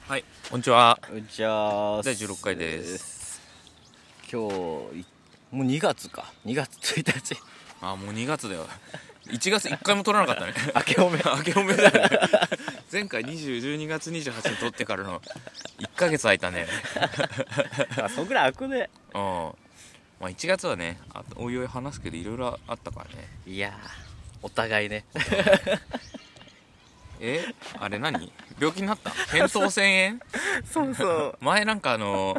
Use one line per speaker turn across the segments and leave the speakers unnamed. はい、こんにちは。
じゃあ
第16回です。
今日いもう2月か2月1日
あ、もう2月だよ。1月1回も撮らなかったね。
明けおめ
明けおめだよ ね。前回20、12月28に撮ってからの1ヶ月空いたね。
あそんぐらい開くね
うん。まあ1月はね、あおいおい話すけどいろいろあったからね。
いやーお互いね
えあれ何病気になった扁桃腺
そうそう
炎前なんかあの、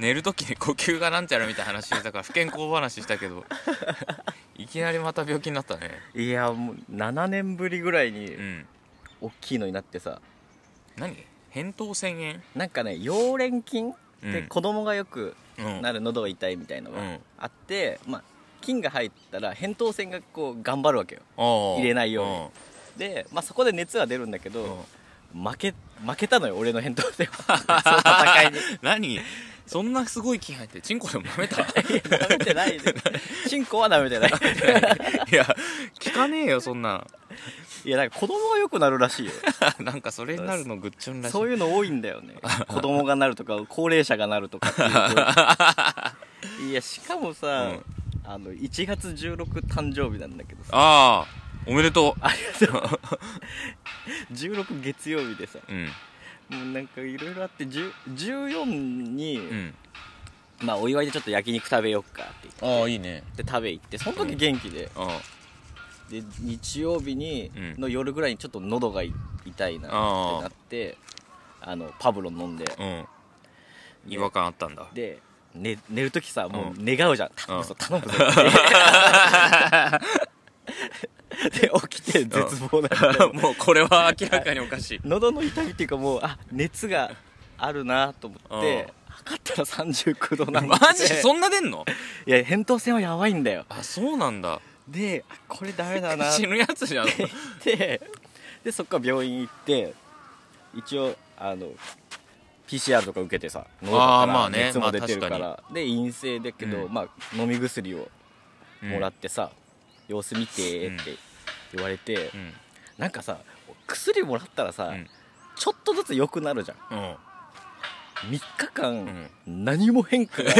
寝るときに呼吸がなんちゃらみたいな話してたから不健康話したけど、いきなりまた病気になったね。
いやもう7年ぶりぐらいに
うん。
大きいのになってさ
何扁桃腺炎
なんかね溶連菌って
うん
子供がよく
うん
なる喉が痛いみたいの
う
が
ん
あって、まあ菌が入ったら扁桃腺がこう頑張るわけよ
入
入れないようにで、まあ、そこで熱は出るんだけど、負け負けたのよ俺の扁桃腺はその戦 いに
何そんなすごい菌入ってチンコでも舐めた
いや舐めてないでチンコは舐めてない
いや聞かねえよそんな
いやなんか子供がよくなるらしいよ
なんかそれになるのグッチョンらしい
そういうの多いんだよ ね子供がなるとか高齢者がなるとかっていう といやしかもさ、
うん
あの1月16誕生日なんだけどさ
ああおめでと
ありがとう16月曜日でさ
ううん
もうなんかいろいろあって10 14に、
うん
まあお祝いでちょっと焼肉食べよっかって
ああいいね
言って食べ行ってその時元気で、
あ
で日曜日に
うん
の夜ぐらいにちょっと喉がい痛いなって
あー
なってあのパブロン飲んで
あうん違和感あったんだ
で、ね、寝る時さも
う
う願うじゃん頼むぞ頼むぞってで起きて絶望だ よ
もうこれは明らかにおかしい
喉の痛みっていうかもうあ熱があるなと思って測ったら39度なんで
マジそんな出んの
いや扁桃腺はやばいんだよ
あそうなんだ
であこれダメだなって
死ぬやつ じゃん
ででそっから病院行って一応あの PCR とか受けてさ喉
あー
から
まあね
熱も出てるから,、
まあ
で陰性だけど、
うん
まあ、飲み薬をもら
っ
ってさ、様子見て
うん
って言われて、
うん
なんかさ薬もらったらさ、
うん
ちょっとずつ良くなるじゃん
うん
3日間、
ん
何も変 化が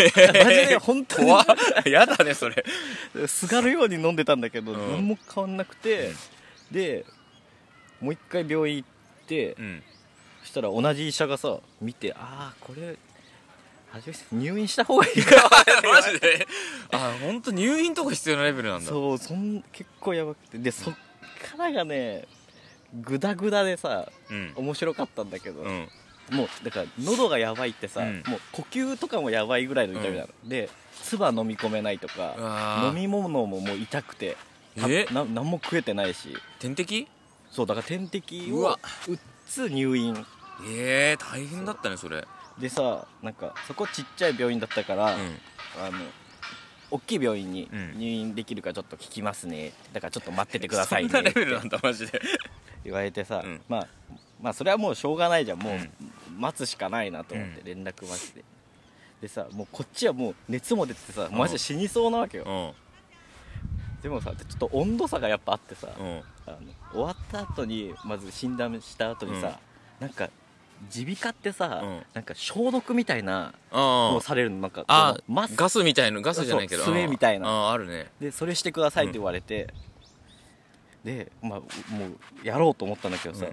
マジで本当に
怖っやだねそれ
すがるように飲んでたんだけど、
うん
何も変わんなくて、でもう一回病院行って、
うん
そしたら同じ医者がさ見てああこれはじめ入院した方がいいか
マジで あ本当入院とか必要なレベルなんだ
そうそん結構やばくてでそっからがねグダグダでさ
うん
面白かったんだけど、
うん
もうだから喉がやばいってさ、
うん
もう呼吸とかもやばいぐらいの痛みなの、で唾飲み込めないと
う
か
わ
飲
ー
み物ももう痛くてた
え
な何も食えてないし
点滴
そうだから点滴
う
を
わ
打つ入院
ええ大変だったねそれ
でさなんかそこちっちゃい病院だったから、
うん
あの大きい病院に
うん
入院できるかちょっと聞きますね、だからちょっと待っててくださいね
そんなレ
っ
ベル
て
なんだマジ で
言われてさ、
うん
まあまあそれはもうしょうがないじゃんもう
うん
待つしかないなと思っ
う
て連絡待って、でさもうこっちはもう熱も出ててさマジで死にそうなわけよ、
うん
でもさちょっと温度差がやっぱあってさ、
うん
あの終わった後にまず診断した後にさ、なんか耳鼻科ってさ、
うん
なんか消毒みたいな
あ
のを
ー
されるのなんか
あ
このマスク
ガスみたいなガスじゃないけど
そう
あー
末みたいな
あーあるね
でそれしてくださいって言われて、で、まあ、もうやろうと思ったんだけどさ、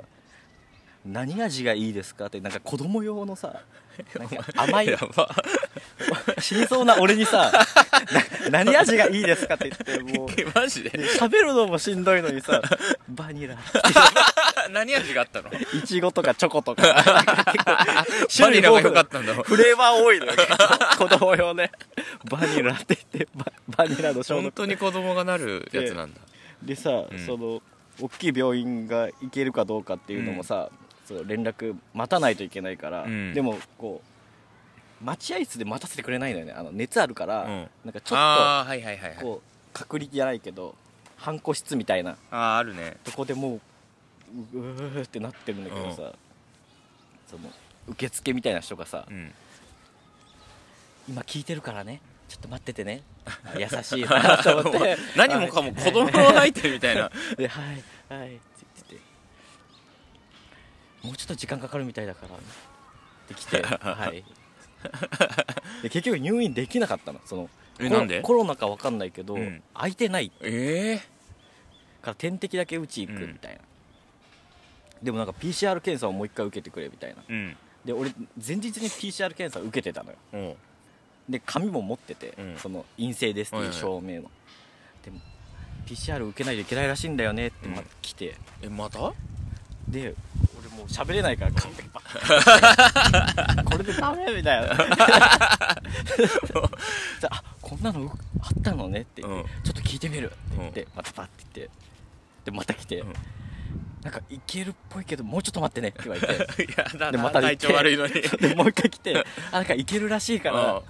何味がいいですかってなんか子供用 のさなんか甘い
やば
死にそうな俺にさな何味がいいですかって言ってもうで
えマジで
喋るのもしんどいのにさバニラ
何味があった の
いちごとかチョ コとかなんか結構
バニラが
種類
良
豊
か
富
ったんだ ろ
フレーバー多いのよ結構子供用ねバニラって言ってババニラの消
本
毒
当に子供がなるやつなんだ
でさ、
うん
その大きい病院が行けるかどうかっていうのもさ、そう連絡待たないといけないから、
うん
でもこう待合室で待たせてくれないのよねあの熱あるから、
うん
なんかちょ
ああーはいはいはいは
っと
い
こう隔離じゃないけど半個室みたいな
あああるね
とこでもうううーってなってるんだけどさ、その受付みたいな人がさ、
うん
今聞いてるからねちょっと待って てねあ優しいなと思っ
も
て
う 何もかも子供の相手みたい な
で「はいはい」って言ってて「もうちょっと時間かかるみたいだからって きて、はい、で結局入院できなかったのその
え
コロ
なんで
コロナか分かんないけど、
うん
空いてない
え
から点滴だけ打ち行くみたいな、でもなんか PCR 検査をもう一回受けてくれみたいな
えうん
で俺前日に PCR 検査受けてたのよ
おう
で紙も持ってて、
うん
その陰性ですっていう証明の、でも PCR 受けないといけないらしいんだよねってまた来て、
えま た
で俺もう喋れないから 紙だけパッこれでダメみたいなじゃああこんなのあったのねって言って、
うん
ちょっと聞いてみるって言って、またパッて言ってでまた来て、
うん
なんかいけるっぽいけどもうちょっと待ってねって言われ て
いやだ
で
な
また
体
行って
調悪い のに
でもう一回来てあなんかいけるらしいから、
うん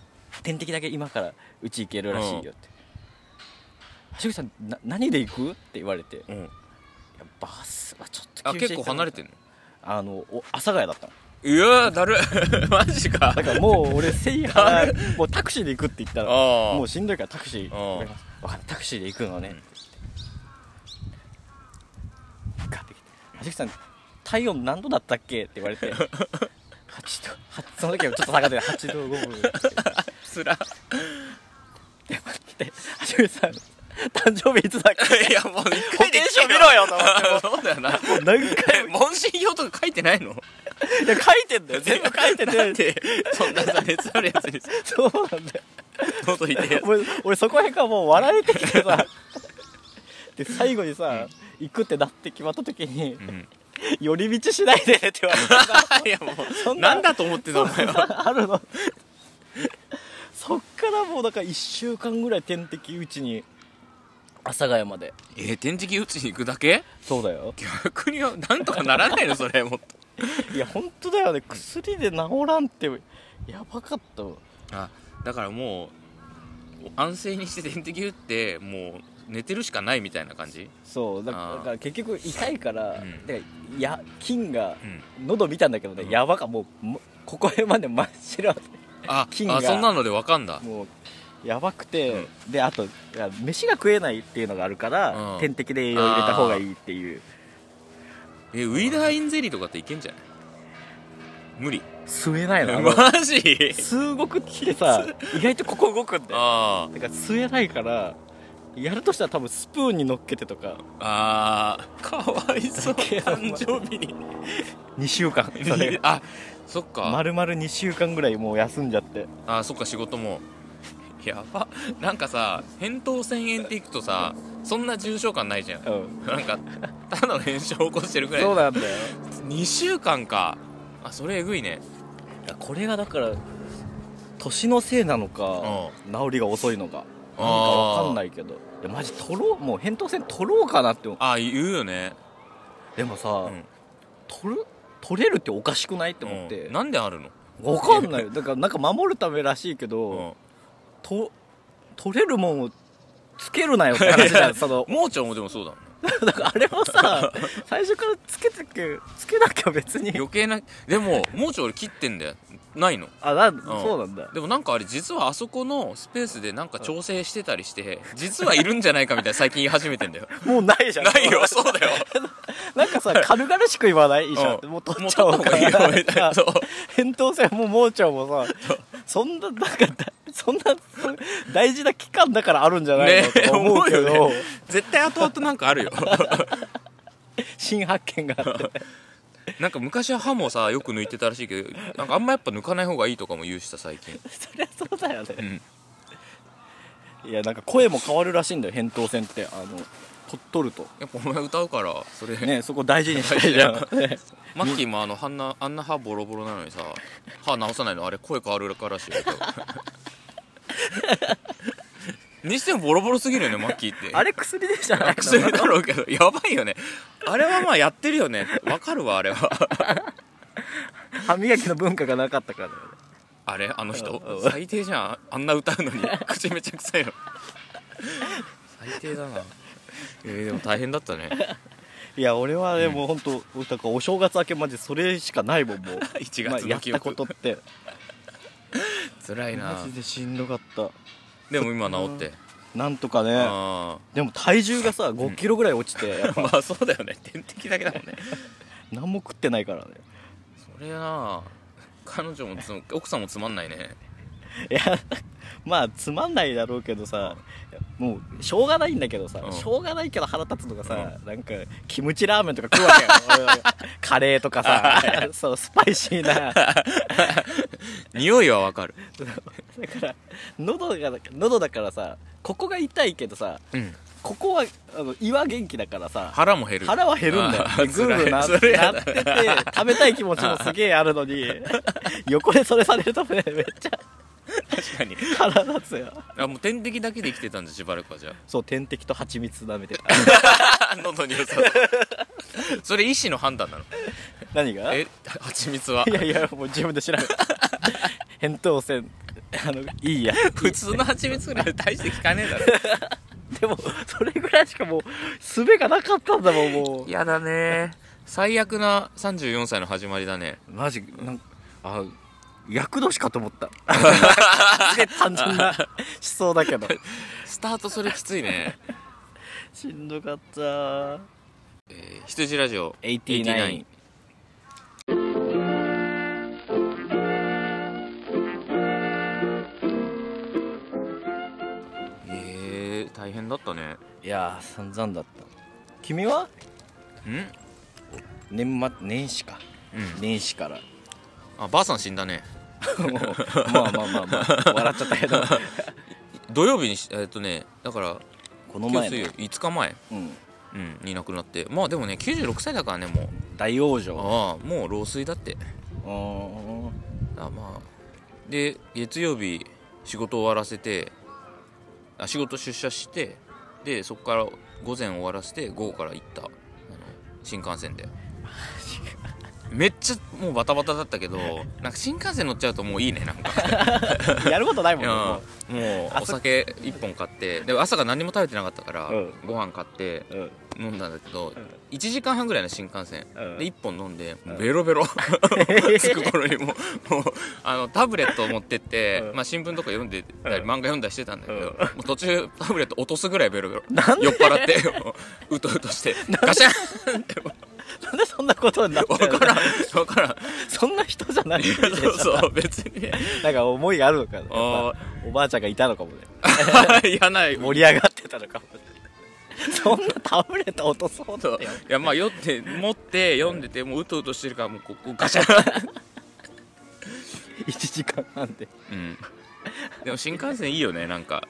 点滴だけ今からうち行けるらしいよって「橋口さんな何で行く?」って言われて「い
うん
やバスはちょっと
あ結構離れて
る
んの
あのお阿佐ヶ谷だったの
いやーだる マジか
だからもう俺千円 払うもうタクシーで行くって言ったら
ああ
もうしんどいからタクシー
ああ
わかりますわかったタクシーで行くのねって言ってガッて来て「橋口さん体温何度だったっけ?」って言わ れて8度八その時はちょっと下がって8度5分
つ ら
で待って橋口さん誕生日いつだっけ
いやもう一回で
保険証見ろよと思っ
そうだよな
もう何回
え問診票とか書いてないの
いや書いてんだよ全部書いて
だっててそんなさ熱あるやつに
そうなんだよ
ノートい て
俺俺そこへんからもう笑えてき てさで最後にさ、行くってなって決まった時に、
うん
寄り道しないでって言われてさ
いやも
そ
うん
な
なんだと思ってたお前は
あるのそっからもうだから1週間ぐらい点滴うちに阿佐ヶ谷まで
えー、点滴打ちに行くだけ
そうだよ
逆になんとかならないのそれもっと
いや本当だよね薬で治らんってやばかったわ
あだからもう安静にして点滴打ってもう寝てるしかないみたいな感じ
そうだ
あー
だから結局痛いから,、
うん
だからや菌が
うん
喉見たんだけどね、
うん
やばかもうもここへまで真っ白で
あ
菌が
あそんなのでわかんだ
もうやばくて、であといや飯が食えないっていうのがあるから、
うん
点滴で栄養入れた方がいいっていう
えウィダーインゼリーとかっていけんじゃない無理
吸えないのあの
マジ
数極ってさ意外とここ動くんだよ
あ
だから吸えないからやるとしたら多分スプーンに乗っけてとか
ーあーかわいそう
だけど
誕生日に
2週 間それ
あそっか
丸々2週間ぐらいもう休んじゃって
あそっか仕事もやばなんかさ扁桃腺炎っていくとさそんな重症感ないじゃん
うん
なんかただの炎症を起こしてるくらい
そうなんだよ
2週間かあそれえぐいね
いやこれがだから年のせいなのか治りが遅いのかなんかわかんないけどいやマジ取ろうもう扁桃腺取ろうかなって思う
あ言うよね
でもさ、
うん
取る取れるっておかしくないって思っ
う
て
ん、なんであるの
わかんないよだからなんか守るためらしいけど、 と取れるもんをつけるなよって話じゃん その
盲腸もでもそうだもんね
だからあれも さ最初からつけてけつけなきゃ別に
余計なでも盲腸俺切ってんだよないの
あなんそうなんだ
でもなんかあれ実はあそこのスペースでなんか調整してたりして実はいるんじゃないかみたいな最近言い始めてんだよ
もうないじゃん
ないよそうだよ
なんかさ軽々しく言わない医者って
うん
もう取っちゃお
も
う
う取った方が いいよみたいなそう
扁桃腺も盲腸もさそんななんかだそんなそ大事な期間だからあるんじゃないの
ね
とか思うけ
思
ど
うよね絶対後々なんかあるよ
新発見があって
なんか昔は歯もさよく抜いてたらしいけどなんかあんまやっぱ抜かない方がいいとかも言うしさ最近
そりゃそうだよ
う
ね
ん
いやなんか声も変わるらしいんだよ扁桃腺ってあの取っとると
やっぱお前歌うからそれ、
ねそこ大事に したいじゃんね
マッキーもあのあんなあんな歯ボロボロなのにさ歯直さないのあれ声変わるからしいよ にしてもボロボロすぎるよねマッキーって
あれ薬でじゃないの
薬だろうけどやばいよねあれはまあやってるよねわかるわあれは
歯磨きの文化がなかったからだよね
あれあの人
うんうん
最低じゃんあんな歌うのに口めちゃくちゃよ最低だなえーでも大変だったね
いや俺はね、もう本当俺だからお正月明けマジそれしかないもんも う
1
まあ
月
や
の
っ
記
た
憶、
ことって
辛い
マ
な
ジでしんどかった
でも今治って
なんとかね
あ
でも体重がさ5キロぐらい落ちて、やっ
あ
ぱ
まあそうだよね点滴だけだもんね
何も食ってないからね
それな彼女もつ奥さんもつまんないね
いやまあつまんないだろうけどさもうしょうがないんだけどさ、
うん
しょうがないけど腹立つのがさ、なんかキムチラーメンとか食うわ けよ俺はカレーとかさ そうスパイシーなだか
匂いはわかる
ら喉が喉だからさここが痛いけどさ
うん
ここはあの胃は元気だからさ
腹も減る
腹は減るんだよ
あ
ぐ
ー
るぐるな
辛いそれ
な
やだ
ってて食べたい気持ちもすげえあるの に横でそれされるとめっちゃ
確かに
腹立つよ
あもう点滴だけで生きてたんだしばらくはじゃ
そう天敵と蜂蜜舐めてた
あ喉に良さそう それ医師の判断なの
何が
え蜂蜜はい
やいやもう自分で調 べた扁桃腺あのいいや
普通の蜂蜜ぐらい大して効かねえだろ
でもそれぐらいしかもう術がなかったんだもんもう
やだね最悪な34歳の始まりだね
マジなんかあ厄年かと思った すげえ単純な思想だけど
スタートそれきついね、
しんどかった
えー、羊ラジオ
89
えー、大変だったね
いやー散々だった君は
ん
年末年始か
うん
年始 から
あばあさん死んだね
もうまあまあまあまあ笑っちゃったけ ど
土曜日にしえーっとねだから
こ
今
の
日
前
水曜
の、
5日前、
うん、
うん、に亡くなってまあでもね96歳だからねもう
大往生
ああもう老衰だって
うーん
あまあで月曜日仕事終わらせてあ仕事出社してでそこから午前終わらせて午後から行ったあの新幹線 でめっちゃもうバタバタだったけどなんか新幹線乗っちゃうともういいねなんか
やることないも
い
んね も
やもうお酒1本買ってで朝が何も食べてなかったから、
うん
ご飯買って
ううん
飲んだんだけど、1時間半ぐらいの新幹線、
うん
で1本飲んでもうベロベロ 着く頃にもうもうあのタブレットを持ってって、
うん
まあ、新聞とか読んでたり、
うん
漫画読んだりしてたんだけど、
うん
もう途中タブレット落とすぐらいベロベロ酔っ払って もううとうとしてガ シャンって
なんでそんなことになった
分
の
からん分からん
そんな人じゃないでし
そう
ょ
そう別 に
なんか思いがあるのかなやっぱ
あ
おばあちゃんがいたのかもね
ーいやない
盛り上がってたのかもねそんなタブレット落とそう
そう
と
いやまあ酔って持って読んでてもううとうとしてるからもうここガシャン、
1時間半で
うん、でも新幹線いいよねなんか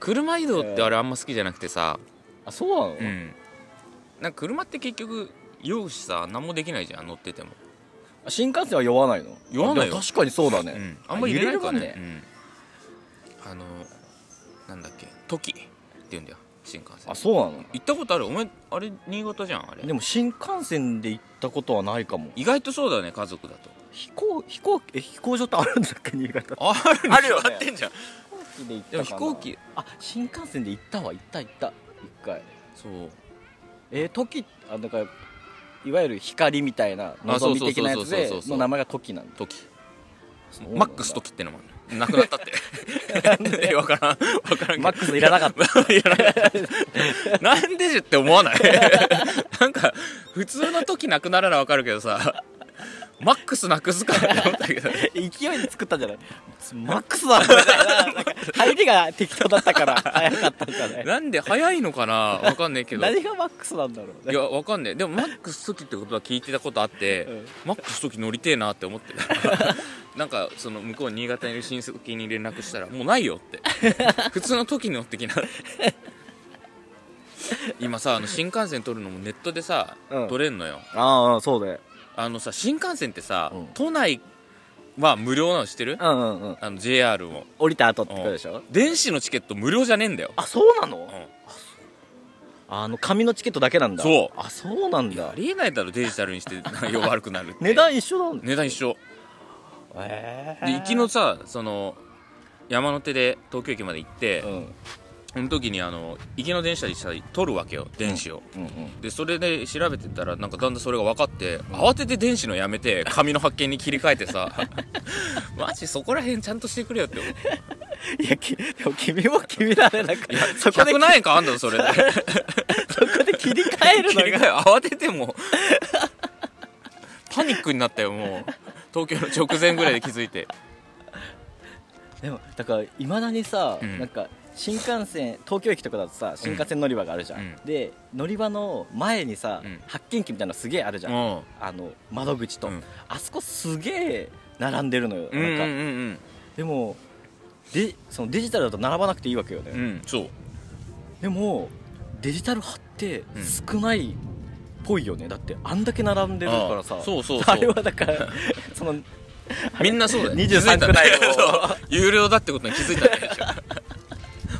車移動ってあれあんま好きじゃなくてさ、
あそう
う
なの
ん、なんか車って結局用しさ何もできないじゃん乗ってても、
新幹線は酔わないの
酔わないよ
あでも確かにそうだ
う
ね
ん、あんま入れないから
揺れ
ね
るもん
うん、あのなんだっけトキって言うんだよ新幹線
あそうなの
行ったことあるお前あれ新潟じゃんあれ
でも新幹線で行ったことはないかも
意外とそうだよね家族だと
飛行飛行え飛行場ってあるんだっけ新潟
あ
あるよね
決まってんじゃん
飛行機で行った
でも飛行機
あ新幹線で行ったわ行った行った一回
そう
えー、トキあだからいわゆる光みたいな
あそうそ
望
う
み的なやつ
そうそう
で
そうそう
の名前がトキなんだ
トキ
そうなんだ
マックストキってのもあるなくなったってえ分からん分からんけど
マックスいらなかっ
いやなんかなんでじゃって思わないなんか普通の時なくならな分かるけどさマックスなくすかって思ったけどね
勢いで作ったんじ ゃないマックスだみたいななんか入りが適当だった から早かったんじゃない
なんで早いのかな分かんないけどい
何がマックスなんだろうね
や分かんないでもマックス時ってことは聞いてたことあって、
うん
マックス時乗りてえなって思って たなんかその向こう新潟にいる親戚に連絡したら「もうないよ」って「普通の時に乗ってきな」今さあの新幹線取るのもネットでさ、
うん
取れんのよ、
ああそうだよ
あのさ新幹線ってさ、
うん
都内は無料なの知ってる、
うんうんうん
あの JR も
降りた後ってことでしょ
電子のチケット無料じゃねえんだよ、
あそうなの
う
あの紙のチケットだけなんだ
そう
あそうなん
ん、あ
だ
りえないだろデジタルにして内容悪くなるって
値段一緒なんだ
値段一緒
へえ
で行きのさその山手で東京駅まで行って、
うん
その時にあの行きの電車でさ取るわけよ電子を、
うんうん
でそれで調べてたらなんかだんだんそれが分かって、慌てて電子のやめ て紙の発見に切り替えてさ マジそこら辺ちゃんとしてくれよって思う
いやきでも君も君だねなんかそこで
100何円かあんだぞそれで
そこで切り替える
切り
の
替
が
え慌ててもうパニックになったよもう東京の直前ぐらいで気づいて
でもだからいまだにさ、
うん
なんか新幹線東京駅とかだとさ新幹線乗り場があるじゃん、
うん
で乗り場の前にさ、
うん
発見機みたいなのすげえあるじゃん、
も
あの窓口と、
うん
あそこすげえ並んでるのよ、
ううんうん
な
うん
か
ん
でもでそのデジタルだと並ばなくていいわけよね、
うんうんそう
でもデジタル派って
うん
少ないっぽいよね、だってあんだけ並んでるからさ
ああそうそうそう
あれはだからその
みんなそうだよ
23
気づ
くらいの
たねそう有料だってことに気づいたね一応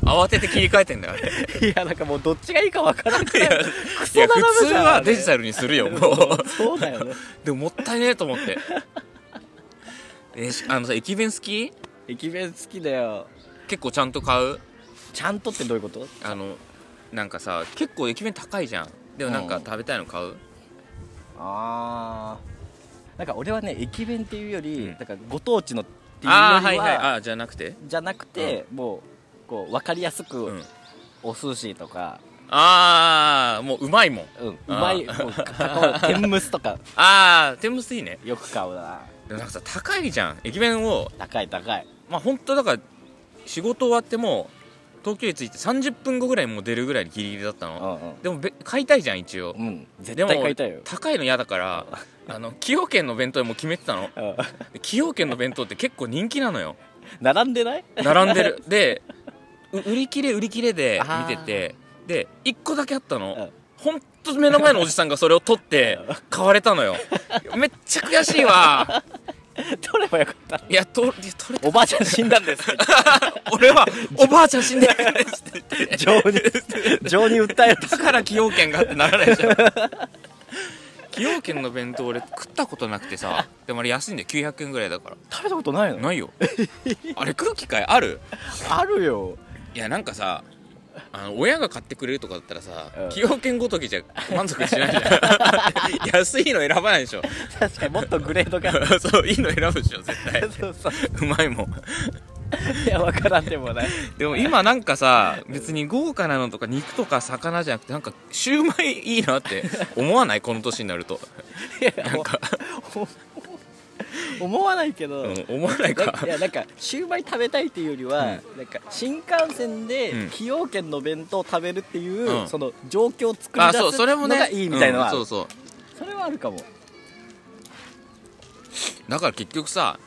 慌てて切り替えてんだよあれい
いやなんかもうどっちがいいかわからんくらいクソ
や
並
普
ぶ
通
じゃん
はデジタ
ル
ルにするよもう
そうだよね
でももったいねえと思ってえしあのさ駅弁好き
駅弁好きだよ
結構ちゃんと買う
ちゃんとってどういうこと
あのなんかさ結構駅弁高いじゃんでもなんか
うん
食べたいの買う
ああなんか俺はね駅弁っていうより、
うん
だからご当地のっていうよりは、
ああはいはいああじゃなくて
じゃなくて、もうこう分かりやすく、
うん
お寿司とか、
ああもううまいもん
うん、うまいもう高尾天むすとか
ああ天むすいいね
よく買うな
でもなんかさ高いじゃん駅弁を
高い高い
まあ本当だから仕事終わっても東京に着いて30分後ぐらいにもう出るぐらいギリギリだった
う
の
んうん
でもべ買いたいじゃん一応
うん絶
で
対
も
買いたいよ、
高いの嫌だ からあの崎陽軒の弁当屋もう決めてたの
うん、
で崎陽軒の弁当って結構人気なのよ
並んでない
並んでるでう売り切れ売り切れで
あー
見ててで1個だけあったの、
うん
ほんと目の前のおじさんがそれを取って買われたの よめっちゃ悔しいわ
取ればよかった
いやといや取れた
おばあちゃん死んだんですって
俺 はおばあちゃん死んでるからですって言って
情に情に訴える
だから崎陽軒があってならないでしょ崎陽軒の弁当俺食ったことなくてさでもあれ安いんだよ900円ぐらいだから
食べたことないの
ないよあれ空気階ある
あるよ
いやなんかさあの親が買ってくれるとかだったらさ
うん
崎陽軒ごときじゃ満足しないじゃん 安いの選ばないでしょ
確かにもっとグレードが
そういいの選ぶでしょ絶対
そうそう
うまいもん
いや分からんでもない
でも今なんかさ別に豪華なのとか肉とか魚じゃなくてなんかシューマイいいなって思わないこの年になると、
いやなんか 思わないけど、
うん、思わないか
いやなんかシューマイ食べたいっていうよりは、なんか新幹線で
うん
崎陽軒の弁当を食べるっていう、
うん
その状況を作り
あ
出
そう
す
それも
の
ね
がいいみたいなのはある、
うんそうそ
それはあるかも
うだから結局さ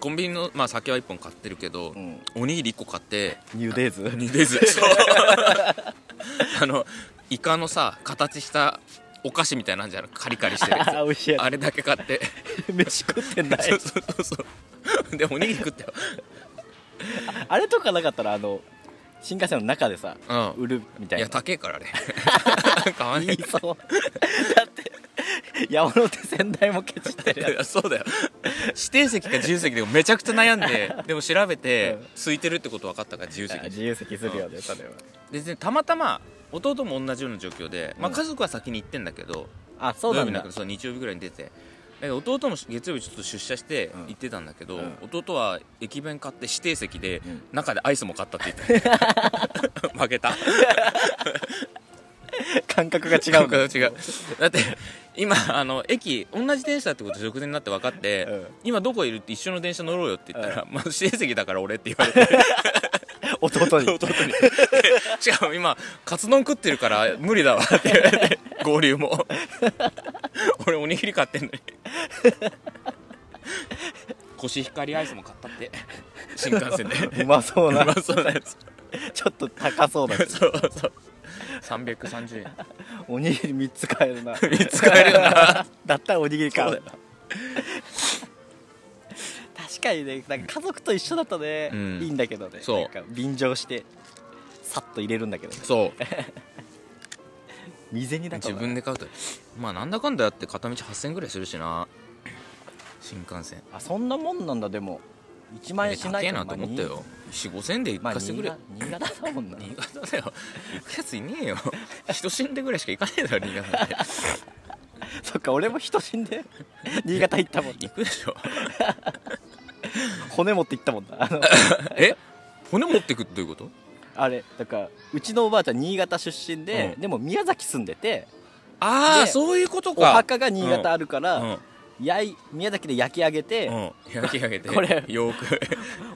コンビニのまあ酒は1本買ってるけど、
ん
おにぎり1個買って
ニューデイズ
に出 ずあのイカのさ形したお菓子みたいなんじゃないカリカリしてるや
美味しい
つ
や
あれだけ買って
つ 飯食ってん だ
そうそうそうそうでおにぎり食ったよ
あれとかなかったらあの新幹線の中でさ、
うん
売るみた
い
い
や
な
高えからあれ 買わね
いそうだって山手線代もケチって
え
るや
いやそうだよ指定席か自由席でもめちゃくちゃ悩んででも調べて
うん
空いてるってこと分かったから自由
つ
席に
自由席するよねそれは
ででたまたま弟も同じような状況で、まあ、
うん
家族は先に行ってんだけど、
あそう
土曜
な
日
ん
だ
だ
からそう日曜日ぐらいに出てだけど弟も月曜日ちょっと出社して
うん
行ってたんだけど、
うん
弟は駅弁買って指定席で、
ん
中でアイスも買ったって言 ってた負けた
感覚が違
違
う
うんか
だ
違うだって今あの駅同じ電車だってこと直前になって分かって、
うん
今どこいるって一緒の電車乗ろうよって言ったら、まあ、指定席だから俺って言われて
弟 に
弟にしかも今カツ丼食ってるから無理だわって 言われて合流も俺おにぎり買ってんのにコシヒカリアイスも買ったって新幹線で
うまそうな
うまそうなやつ
ちょっと高そうだし
そうそう330円
おにぎり3つ買 えるな
3つ買えるよな
だったらおにぎり買
そう
う
だ
確かにねなんか家族と一緒だとね、
うん
いいんだけどね
そう
なんか便乗してさっと入れるんだけどね
そう
未然にだと
自分で買うとまあなんだかんだやって片道8000円ぐらいするしな新幹線
あそんなもんなんだでも1万円し
高
ない
えなと思ったよ45000円で行
まあ
かせて
新
くれ
潟新潟だもんな
新潟だよ行くやついねえよ人死んでぐらいしか行かねえだろ新潟って
そっか俺も人死んで 新潟行ったもん
行くでしょ
骨持って行ったもんなあの
え骨持ってくってどういうこと
あれだからうちのおばあちゃん新潟出身で、
うん
でも宮崎住んでて
ああ
で
そういうこと
お
か
墓が新潟あるから、
うん
やい宮崎で焼き上げて、
うん焼き上 げて
これ
よーく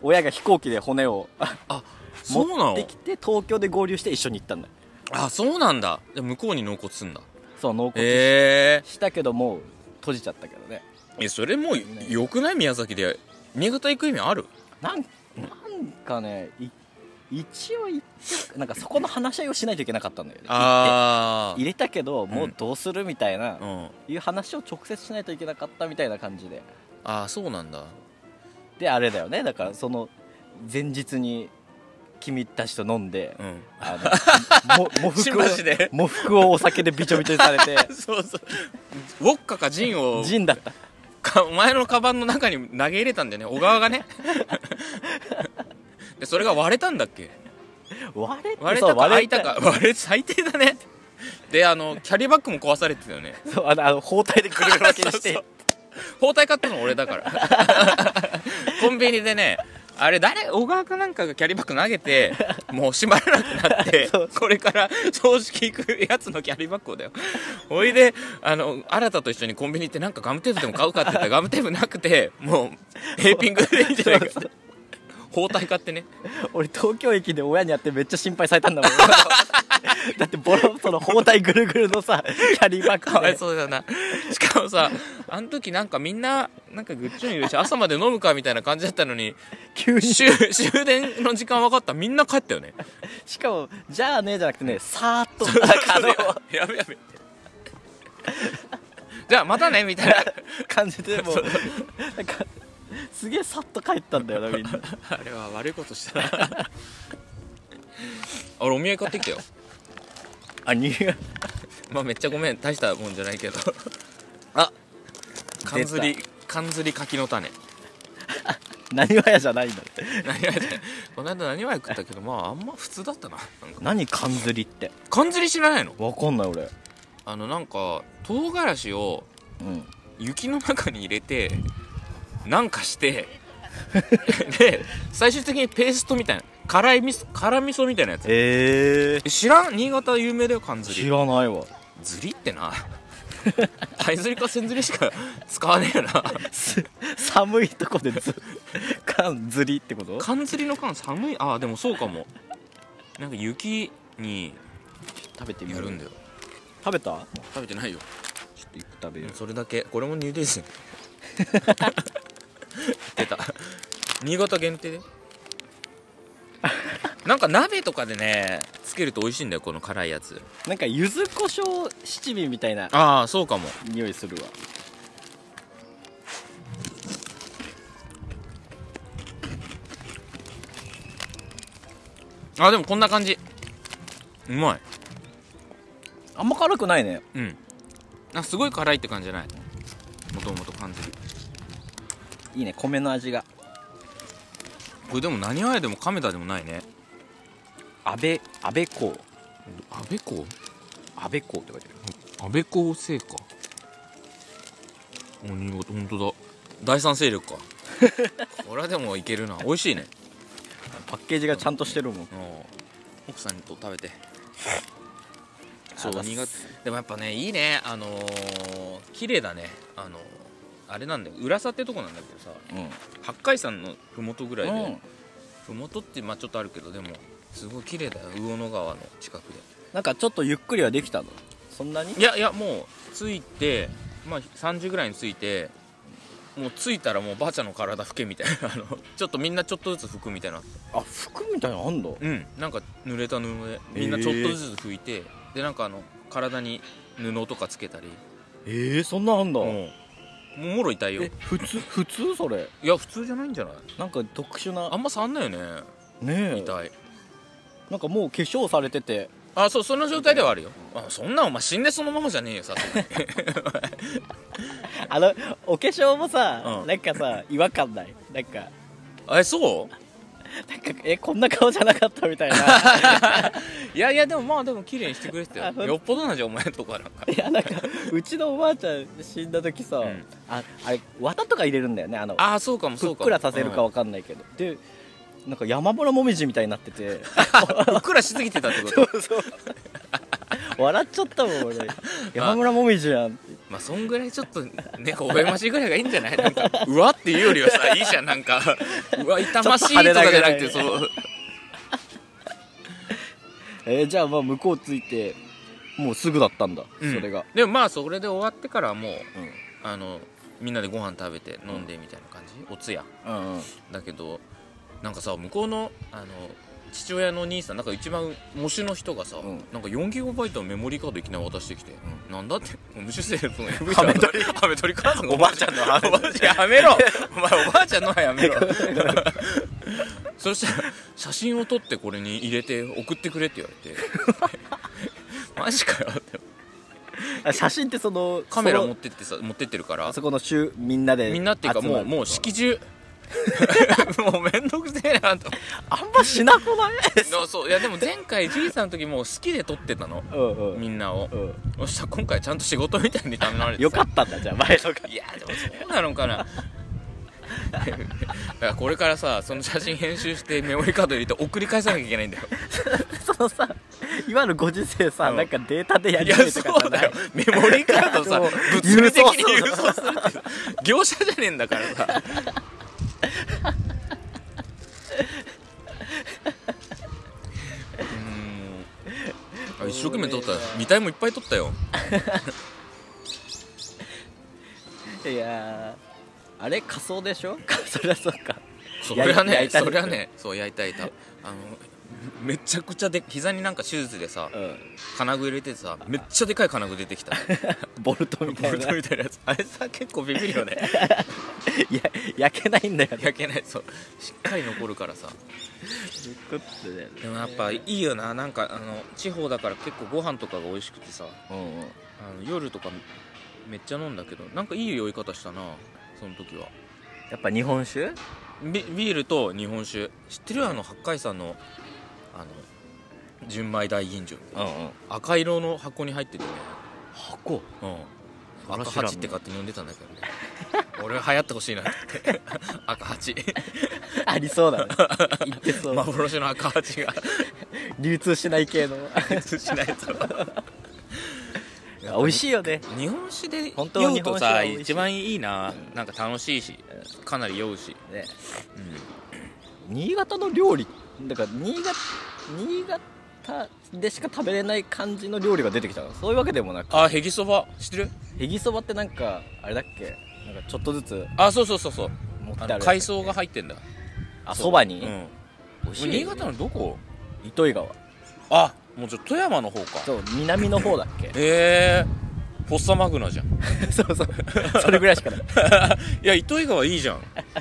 親が飛行機で骨を
あそうな
持っ
の
てきて東京で合流して一緒に行ったんだよ
あそうなんだじゃあ向こうに納骨すんだ
そう納骨し
へ
したけどもう閉じちゃったけどね
ええそれもうよくない宮崎で新潟行く意味ある
なんなんかねい一応行ってなんかそこの話し合いをしないといけなかったんだよね
あ
入れたけどもううんどうするみたい
あ
な、
うん
いう話を直接しないといけなかったみたいな感じで
ああそうなんだ
であれだよねだからその前日に君たちと飲んで、
うん
あの も喪服を
新橋で
喪服をお酒でびちょびちょにさ れて
そうそうウォッカかジンを
ジンだった
かお前のカバンの中に投げ入れたんだよね小川 がねでそれが割れたんだっけ
割れて
割れ
そ
た
う
か
割
開
れ
いたか 割れ最低だねであのキャリーバッグも壊されてたよね
そうあのあの包帯でぐるぐる巻きにし て
そうそう包帯買ったの俺だから コンビニでねあれ誰小川かなんかがキャリーバッグ投げてもう閉まらなくなって
そう
これから葬式行くやつのキャリーバッグをだよおいであの新と一緒にコンビニ行ってなんかガムテープでも買うかって言ったらガムテープなくてもうテーピングでいいんじゃない かって包帯買ってね
俺東京駅で親に会ってめっちゃ心配されたんだ もんだってボロその包帯ぐるぐるのさキャリーバ
かわい
ッグ
そうだなしかもさあの時なんかみんななんかぐっちょんいるし朝まで飲むかみたいな感じだったの に
で急にし
終終電の時間分かったみんな帰ったよね
かも「じゃあね」じゃなくてねさーっと角を
やべやべじゃあまたねみたいな
感じでもうなんかすげえさっと帰ったんだよなみんな
あれは悪いことしたな 俺お土産買ってきたよ
あに
まあめっちゃごめん大したもんじゃないけどあ缶ずり
出
缶ずり柿の種
何はやじゃないんだって
何わやじゃないこの間何わや食ったけどまああんま普通だったななんか
何缶ずりって
缶ずり知らないの
わかんない俺
あのなんか唐辛子を
うん
雪の中に入れ てなんかしてで最終的にペーストみたいな辛い味噌辛味噌みたいなやつ
ええ
知らん新潟有名だよ缶ず
知
り
らないわ
ずりってな灰ずりか千ずりしか使わねえよな
す 寒いとこで ず缶ずりってこと
缶ずりの缶寒いあーでもそうかもなんか雪に
食べてみ
や
る
るんだよ
食べた
食べてないよ
ちょっと一個食べよう
それだけこれもニューデイズ 出た新潟限定で なんか鍋とかでねつけると美味しいんだよこの辛いやつ
なんか柚子胡椒七味みたいな
ああそうかも
匂いするわ
あでもこんな感じうまい
あんま辛くないね
うんあすごい辛いって感じじゃないもともと缶ずり
いいね米の味が
これでも何あやでも亀田でもないね
安倍安倍港
安倍港
安倍港って書いてあ
安倍港製かお新潟本当だ第三勢 力かこれはでもいけるな美味しいね
るパッケージがちゃんとしてるも
う
ん
ん奥さんと食べて
そ
そうう
だっす
新潟でもやっぱねいいねあのー、綺麗だねあのーあれなんだよ浦佐ってとこなんだけどさ
うん
八海山の麓ぐらいで、
うん
麓ってまあちょっとあるけどでもすごい綺麗だよ魚野川の近くで
なんかちょっとゆっくりはできたのそんなに
いやいやもう着いてまあ3時ぐらいに着いてもう着いたらもうばあちゃんの体拭けみたいな あのちょっとみんなちょっとずつ拭くみたいな
あ服みたいなのあんの
うんなんか濡れた布でみんなちょっとずつ拭いて、でなんかあの体に布とかつけたり
ええそんなあんだ
もうもろ痛いよ
え
い
普通普通それ
や普通じゃないんじゃない
なんか特殊
あ
なん
ま触んないよね
ねえ
痛い
なんかもう化粧されてて
あそうその状態ではあるよあそんなお前死んでそのままじゃねえよさすがに
あのお化粧もさ、
うん
なんかさ違和感ないなんか
あえそう
なんかえこんな顔じゃなかった みたいな
いやいやでもまあでも綺麗にしてくれてた
あほ
よ
んと
よっぽどなんじゃお前のとこはなんか
いやなんかうちのおばあちゃん死んだ時さ、
うん
ああれ綿とか入れるんだよねあの
あそうかもそ
ふっ
うかも
くらさせるか
うん
わかんないけど、でなんか山村もみじみたいになってて
ふっくらしすぎてたってこと
笑っちゃったもん俺山村もみじやんって言って
まあそんぐらいちょっとね微笑ましいぐらいがいいんじゃないなん かうわっていうよりはさいいじゃんなんかうわ痛ましいとかじゃなくて
ちょ
そ
っと
う
えーじゃあまあ向こう着いてもうすぐだったんだ、
うん
それが、
でもまあそれで終わってからはもう
うん
あのみんなでご飯食べて飲んでみたいな感じ、おつや
うんうん、
だけどなんかさ向こうのあの父親の兄さんなんか一番模試の人がさ、
うん
なんか4ギガバイトのメモリーカードいきなり渡してきて、なんだってもう無修正 の MV
ハメ撮
りハメ撮りカード
おばあちゃんのハメ撮り
やめ ろお前おばあちゃんのはやめろそしたら写真を撮ってこれに入れて送ってくれって言われて マジかよって
あ写真ってその
カメラ
そ
持
の
ってってさ持ってってるから
あそこの集みんなで
みんなっていうか
集ま
も
る
うもう式中 もうめんどくせえなと思って
あんましなくない
そうそういやでも前回じいさんの時もう好きで撮ってたの
うんうん
みんなを
うん
そしたら今回ちゃんと仕事みたいに頼まれてさ
よかったんだじゃあ前とか
いやでもそうなのかな だからこれからさその写真編集してメモリーカード入れて送り返さなきゃいけないんだよ
そのさ今のご時世さ、
うん
なんかデータでや
い
り
や
たい
そ
とかじ
う
ゃな
だ
い
よメモリーカードさ
もう
物理的に郵送するって業者じゃねえんだからさうーんあ一生懸命撮った見たいもいっぱい撮ったよ
いやーあれ仮想でしょ そりゃそうか
そりゃ
や
ね
りたい
そりゃねそう焼いたいたあのめちゃくちゃで膝になんか手術でさ
う
金具入れてさめっちゃでかい金具出てき た
んボルトみ
ボ
たい
ル
な
トみたいなやつあれさ結構ビビるよね
いや焼けないんだよね
焼けないそうしっかり残るからさ
そういうことだよね
でもやっぱいいよななんかあの地方だから結構ご飯とかが美味しくてさ
うんうん
あの夜とかめっちゃ飲んだけどなんかいい酔い方したなその時は
やっぱ日本酒
ビビールと日本酒知ってるあの八海山のあの純米大吟醸みたいな
うん
赤色の箱に入っててね
箱
うん
あら
赤
知らん
八って勝手に呼んでたんだけど ね俺は流行ってほしいなって赤八
ありそう だね言ってそう、
幻の赤八 が
流通しない系の
映しないと
美味しいよね
日本酒で
本当は
酔うとさ
日本酒は美味しい
一番いいななんか楽しいしかなり酔うし、
ね
うん
新潟の料理だから新潟新潟でしか食べれない感じの料理が出てきたのそういうわけでもなく
あへぎそば知ってる
へぎそばってなんかあれだっけなんかちょっとずつ
あそうそうそうそう
持って
あ
ある
の海藻が入ってんだ
あそば
う
に、
ん
美味しいよね
新潟のどこ
糸魚川
あもうちょっと富山の方か
そう南の方だっけ
へえフォッサマグナじゃん
そうそう それぐらいしかない
いや糸魚川いい じゃん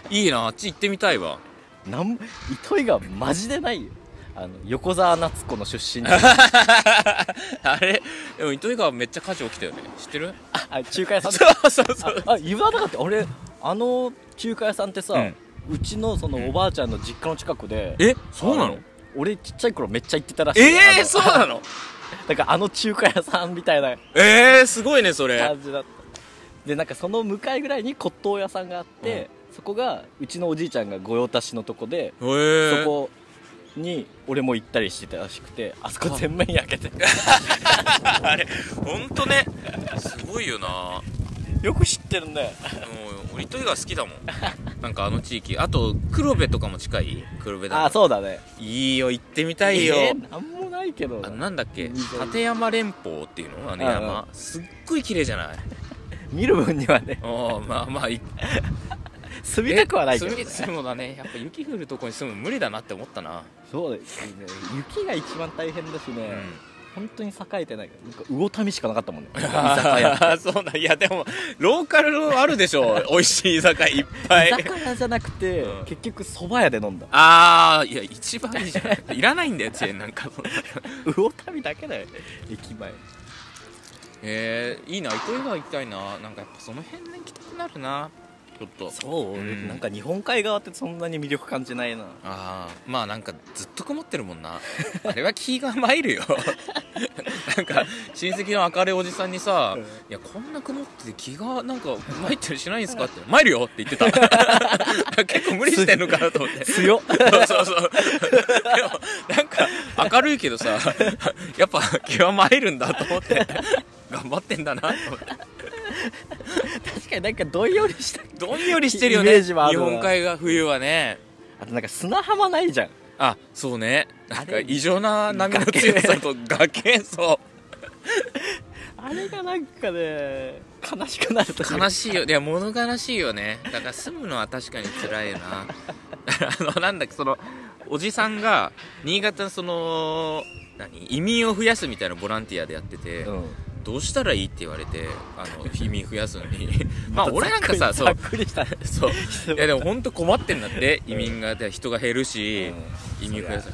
いいなあっち行ってみたいわ
なん糸魚川マジでないよあの横澤夏子の出身 地
あれでも糸魚川めっちゃ火事起きたよね知って る
あ中華屋さんで
そうそうそ
あ
う
あ言わなかった俺あの中華屋さんってさ、
う
うんちのそのおばあちゃんの実家の近くで
えそうなの
あ俺ちっちゃい頃めっちゃ行ってたらしい
ええ
あの
そうなの
だからあの中華屋さんみたいな
えー、すごいねそれ
感じだったでなんかその向かいぐらいに骨董屋さんがあって、そこがうちのおじいちゃんが御用達のとこで、
へー
そこに俺も行ったりしてたらしくてあそこ全面焼けて
あれ本当ねすごいよな
よく知ってるね
もう俺糸魚川好きだもんなんかあの地域あと黒部とかも近い黒部
あ
だ
そうだね
いいよ行ってみたいよ、
えーなんもないけど
あのなんだっけ
いいぞ
立山連峰っていうのあの
うんう
山すっごい綺麗じゃない
見る分にはね
おーまあまあ行
住みたくはないけど、
え住むのだねやっぱ雪降るとこに住むの無理だなって思ったな、
そうですね雪が一番大変だし
う
ね、
ん
本当に栄えてないなんか魚民しかなかったもんね居酒屋
ああ そうなんいやでもローカルのあるでしょ 美味しい居酒屋いっぱい
居酒屋じゃなくて、
うん
結局そば屋で飲んだ
ああいや一番いいじゃないいらないんだよチェーンなんか
魚民だけだよね駅前
えー、いいな糸魚川行きたいななんかやっぱその辺に行きたくなるなちょっと
そう、
ん
なんか日本海側ってそんなに魅力感じないな
ああまあなんかずっと曇ってるもんな あれは気が参るよ なんか親戚の明るいおじさんにさ「
うん
いやこんな曇ってて気がなんか参ったりしないんですか?」って「参るよ」って言ってた 結構無理してんのかなと思って
強っ
そうそうそう。でも、なんか、明るいけどさ、やっぱ、気は参るんだと思って、頑張ってんだなと思って。
確かになんかどんよりした
どんよりしてるよね
イメージはある
日
わ
本海側冬はね
あとなんか砂浜ないじゃん
あそうねなんか
あれ
異常な波の強さと崖そ
あれがなんかね悲しくなると
う悲しいよいや物悲しいよねだから住むのは確かに辛いよな あのなんだっけそのおじさんが新潟のその何移民を増やすみたいなボランティアでやってて、
うん
どうしたらいいって言われてあの移民増やすの にまあ
ちょっと
俺なんかさそ
ざ
う
っくりしたね
そういやでも本当困ってんだって
うん
移民がで人が減るし、
うん
移民増やす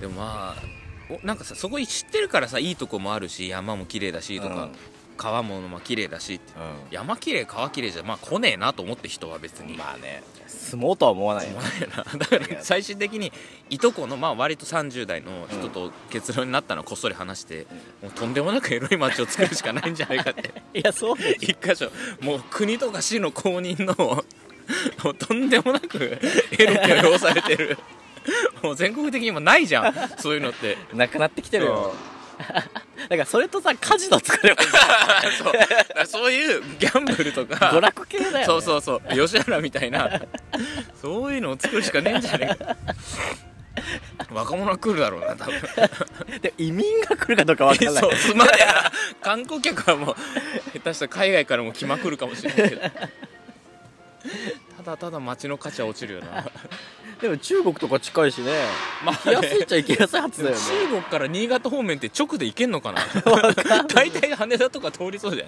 でもまあおなんかさそこ知ってるからさいいとこもあるし山も綺麗だしとか、
うん
川もまあ綺麗だしって
う
山綺麗川綺麗じゃまあ来ねえなと思って人は別に、
んまあね住もうとは思わないよ
だから最終的にいとこのまあ割と30代の人と結論になったのをこっそり話して、もうとんでもなくエロい街を作るしかないんじゃないかって
いやそうで
一箇所もう国とか市の公認のもうとんでもなくエロ許容されてるもう全国的に今ないじゃんそういうのって
なくなってきてるよだからそれとさカジノ作 ればいいじ
そうだからそういうギャンブルと
ゃん
か
娯楽系だよ、ね、
そうそうそう吉原みたいなそういうのを作るしかねえんじゃねえか若者は来るだろうな多分
で移民が来るかどうかわからない
そうすまねえな観光客はもう下手したら海外からも来まくるかもしれないけどただただ街の価値は落ちるよな
でも中国とか近いしね
まあ
行きやすいっちゃ行きやすいはずだ よね
中国から新潟方面って直で行けんのかな大体羽田とか通りそうじゃ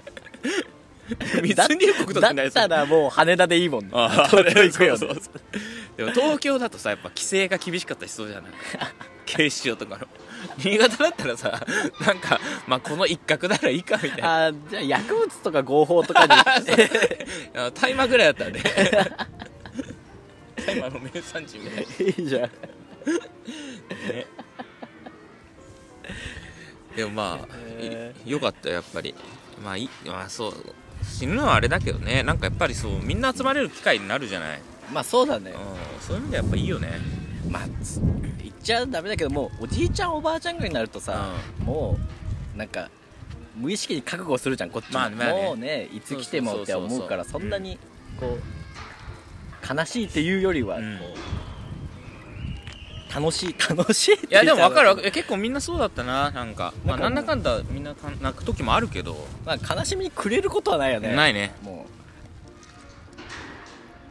ない密入国とか
だ
にな
っ
りそう
たらもう羽田でいいもんね
ああ
東京行くよね
そうそうそうでも東京だとさやっぱ規制が厳しかったりしそうじ ゃない警視庁とかの新潟だったらさなんか、まあ、この一角ならいいかみたいな
あーじゃあ薬物とか合法とか に
あの大麻ぐらいだったらね大麻の名産地みたいない
いじゃん
でもま
へ
あいよかったよやっぱりまあいいまあそう死ぬのはあれだけどねなんかやっぱりそうみんな集まれる機会になるじゃない、
まあそうだね
うん、そういう意味ではやっぱいいよね
まあつ言っちゃダメだけどもうおじいちゃんおばあちゃんぐらいになるとさ、もうなんか無意識に覚悟するじゃんこっちも、
まあまあね
もうねいつ来てもって思うから
そ
そう
そうそうそうん
なにこう悲しいっていうよりはこう、
うん
楽しい 楽しいって
い
言っ
や
ち
で
ゃう
も分かる分かる結構みんなそうだったななんかまあ、
な
なんん
か
だかんだみんなかん泣く時もあるけど、
まあ、悲しみにくれることはないよね
ないね
も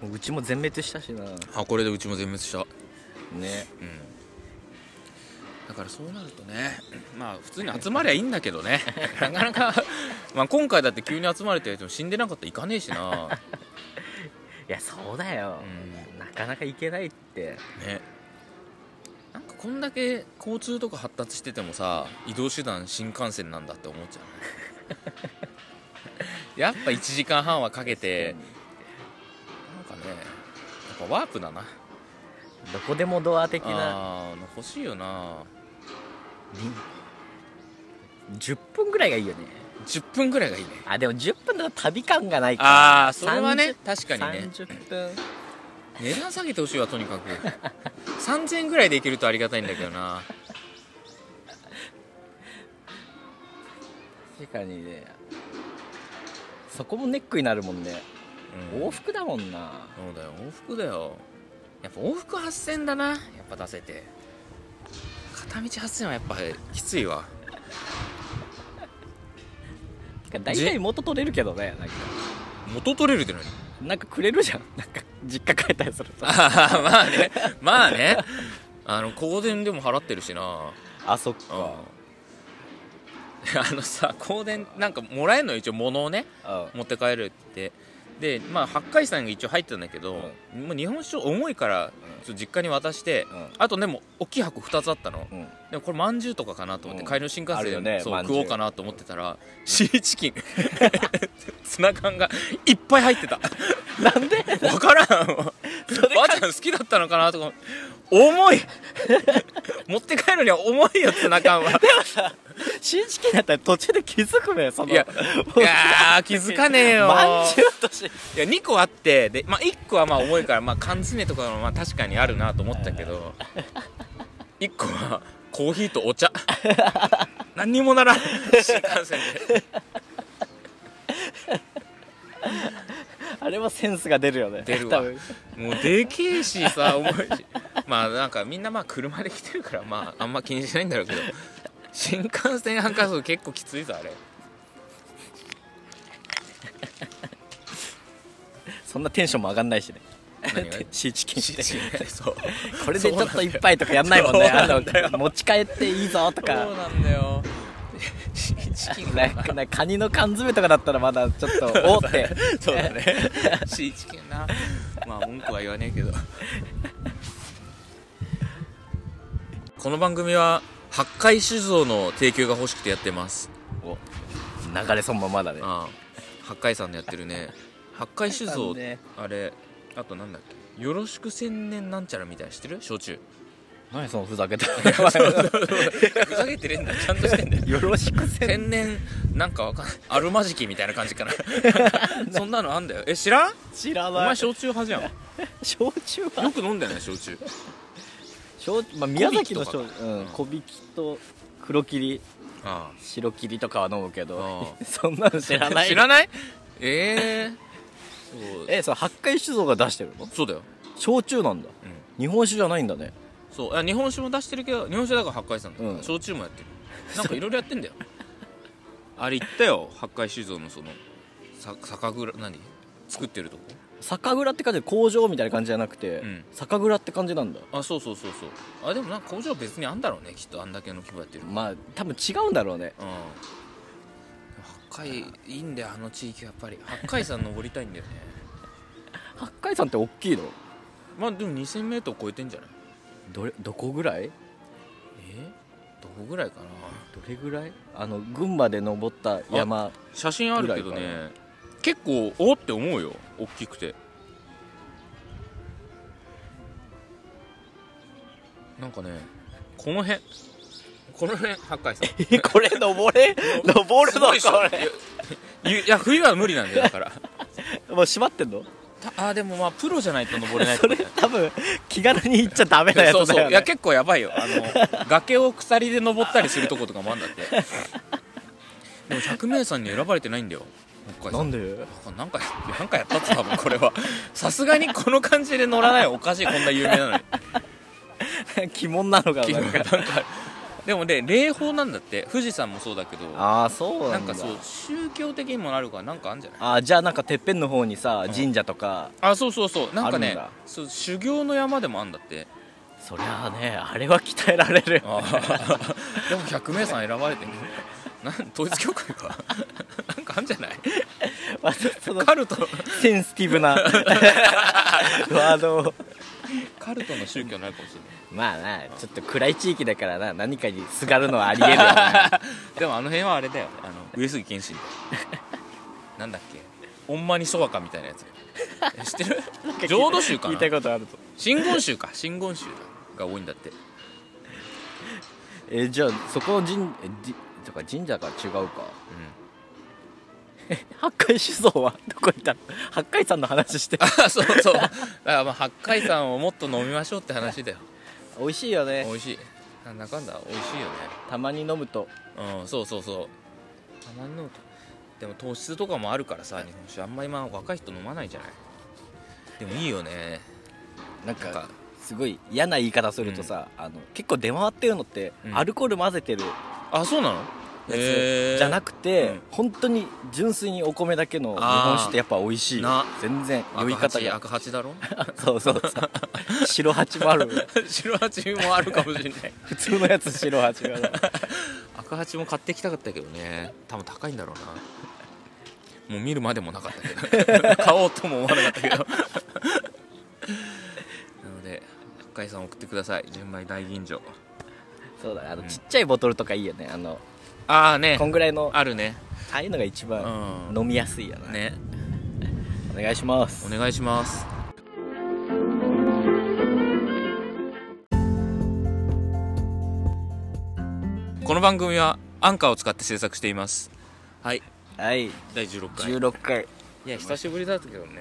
うもううちも全滅したしな
あこれでうちも全滅したうん
ね
だからそうなるとねまあ普通に集まりゃいいんだけど ねなかなかまあ今回だって急に集まれても死んでなかったら行かねえしな、
いやそうだよ
う、ん
なかなか行けないって
ねなんかこんだけ交通とか発達しててもさ移動手段新幹線なんだって思っちゃ うやっぱ1時間半はかけてなんかねやっぱワープだな
どこでもドア的な
あー欲しいよな
10分ぐらいがいいよね
10分ぐらいがいいね
あでも10分だと旅感がないから
あーそれはね確かにね
30分
値段下げてほしいわとに かく3000円ぐらいでいけるとありがたいんだけどな
確かにねそこもネックになるもんね、
うん
往復だもんな
そうだよ往復だよやっぱ往復8000円だなやっぱ出せて片道8000円はやっぱきついわ
てか大体元取れるけどねなんか
元取れるって何
なんかくれるじゃんなんか実家帰ったりすると
ああ まあねまあねあの香典でも払ってるしな
あそっ
うんあのさ香典なんかもらえるのよ一応物をね
うん
持って帰るってでまあ八海山が一応入ってたんだけど、もう日本酒重いからちょっと実家に渡して、
うん
あとでも大きい箱2つあったの、
うん
でもこれまんじゅうとかかなと思って、
うん
帰りの新幹
あるよ
線で、
ね
そう
まんじゅ
食
う
おうかなと思ってたらシーチキン ツナ缶がいっぱい入ってた
なんで
分からんわばあちゃん好きだったのかなとか重い持って帰るには重いよツナ缶は
新式だったら途中で気づくねその
いやいやー気づかねえよ
まんじゅうとして
いや2個あってで、まあ、1個はまあ重いから、まあ、缶詰とかはまあ確かにあるなと思ったけ ど1個はコーヒーとお茶 何にもならん新幹線で
あれはセンスが出るよね
出るわ
多分
もうでけえしさ重いしまあなんかみんなまあ車で来てるからまああんま気にしないんだろうけど新幹線半加速結構きついぞあれ
そんなテンションも上がんないしね
何 が
シーチキンっ て
そう
これでちょっと一杯とかやんないもんね
そうな
あ
んだよ
の持ち帰っていいぞと
そ
か
うなんだよチキン
なんかねカニの缶詰とかだったらまだちょっとおーって
そうだねシーチキンなまあ文句は言わねえけどこの番組は八海酒造の提供が欲しくてやってます
お流れそのままだね
ああ八海さんのやってるね八海酒造、
八海さんね
あれあとなんだっけよろしく千年なんちゃらみたいなしてる焼酎
何そのふざけた
ふざけてるんだちゃんとしてんだよ
よろしくせん
天然なんかわかんないあるまじきみたいな感じかなそん なのあんだよえ知らん
知ら
お
な
前
い焼
焼酎派じ ゃん
酎
よ
は
く飲んだよね焼酎
焼酎まあ宮崎の
小
焼
引
酎うん小引きと黒霧
ああ
白霧とかは飲むけど
あ
そんなの知らない
知らないええそう
えそれ八海酒造が出してるの
そうだよ、
焼酎なんだ
うん、
日本酒じゃないんだね
そうあ日本酒も出してるけど日本酒だから八海さんだから、
うん
焼酎もやってるなんかいろいろやってんだよ あれ行ったよ八海酒造のそのさ酒蔵何作ってるとこ
酒蔵って感じで工場みたいな感じじゃなくて、
うん
酒蔵って感じなんだ
あそうそうそうそうあでもなんか工場別にあんだろうねきっとあんだけの規模やってるうん
まあ多分違うんだろうね
八海いいんだよあの地域やっぱり八海山登りたいんだよね
八海山って大きいの
まあでも 2000m 超えてんじゃない
どれどこぐらい
えどこぐらいかな
どれぐらいあの群馬で登った山
写真あるけど
ぐらいか
ね結構おって思うよ大きくてなんかねこの辺この辺八海さん
これ登れ登
すごいっしょいやいや冬は無理なんだよだから
もう閉まってんの
たあーでもまあプロじゃないと登れない
そ
と
れ
ね
多分気軽に行っちゃダメなや
そう
つだ
そう
よ、
いや
ね、
結構やばいよあの崖を鎖で登ったりするとことかもあんだってでも100名さんに選ばれてないんだよ北海さ
なんんで
これなんかなんかやったって多分これは さすがにこの感じで乗らないおかしいこんな有名なのに
鬼門なのかな
なん
ん
か
か
でもね霊峰なんだって富士山もそうだけどな
ああそうなんんだ
かそう宗教的にもなるからなんかあるんじゃない
ああじゃあなんかてっぺんの方にさ神社とか、
あそうそうそうなんか
あるん
ね
だ
そう修行の山でもあんだって
そりゃあねあれは鍛えられるよ
あー でも100名さん選ばれてるなん統一教会か なんかあんじゃない
またその
カルト
センシティブな ワードを
カルトの宗教になるかもしれな
まあなちょっと暗い地域だからな何かにすがるのはありえるよな
いでもあの辺はあれだよあの上杉謙信だよなんだっけほんまにそばかみたいなやつえ知ってる浄土宗か
聞
ない
たことあると
真言宗か真言宗が多いんだって
えじゃあそこの神えじとか神社が違うか
う
八海酒造はどこ行ったの八海山の話して
んあそうそうだからまあ八海山をもっと飲みましょうって話だよ
美味しいよね
美味しいなんだかんだ美味しいよね
たまに飲むと
うんそうそうそうたまに飲むとでも糖質とかもあるからさ日本酒あんまりまあ若い人飲まないじゃないでもいいよね
なん
なんか
かすごい嫌な言い方するとさ、あの結構出回ってるのって、
うん
アルコール混ぜてる
あそうなの
やつじゃな
く
くて、
うん
本当に純粋にお米だけの日
あー
本酒ってやっぱ美味しいよ
な
全然酔
酔
い
い方
方
が
が
赤八だろ
そうそうそう白八もある
白八もあるかもし れない
普通のやつ白八がある
赤八も買ってきたかったけどね多分高いんだろうなもう見るまでもなかったけ ど買おうとも思わなかった けどなので八海さん送ってください純米大吟醸
そうだねあの、
うん
ちっちゃいボトルとかいいよねあの
ああね
こんぐらいのあ
あるね
あいうのが一
う
番
ん
飲みやすいよね
ね
お願いします
お願いしますこの番組はアンカーを使って制作していますはい
はい
第16回
16回
いや久しぶりだったけどね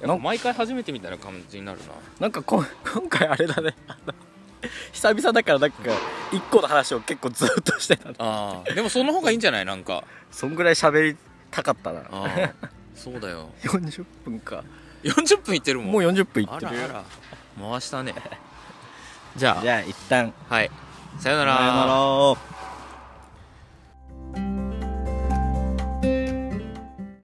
なん
やっぱ毎回初めてみたいな感じになるな
なんかこん今回あれだねあの久々だからなんか一個の話を結構ずっとしてたの
ああでもその方がいいんじゃないなんか
そんぐらい喋りたかったな
ああそうだよ
40分か
40分いってるもん
もう40分いっ
あ
て
ら
る
あら回したねじゃあ
じゃあ一旦
はいさよな
さよ
ら
なら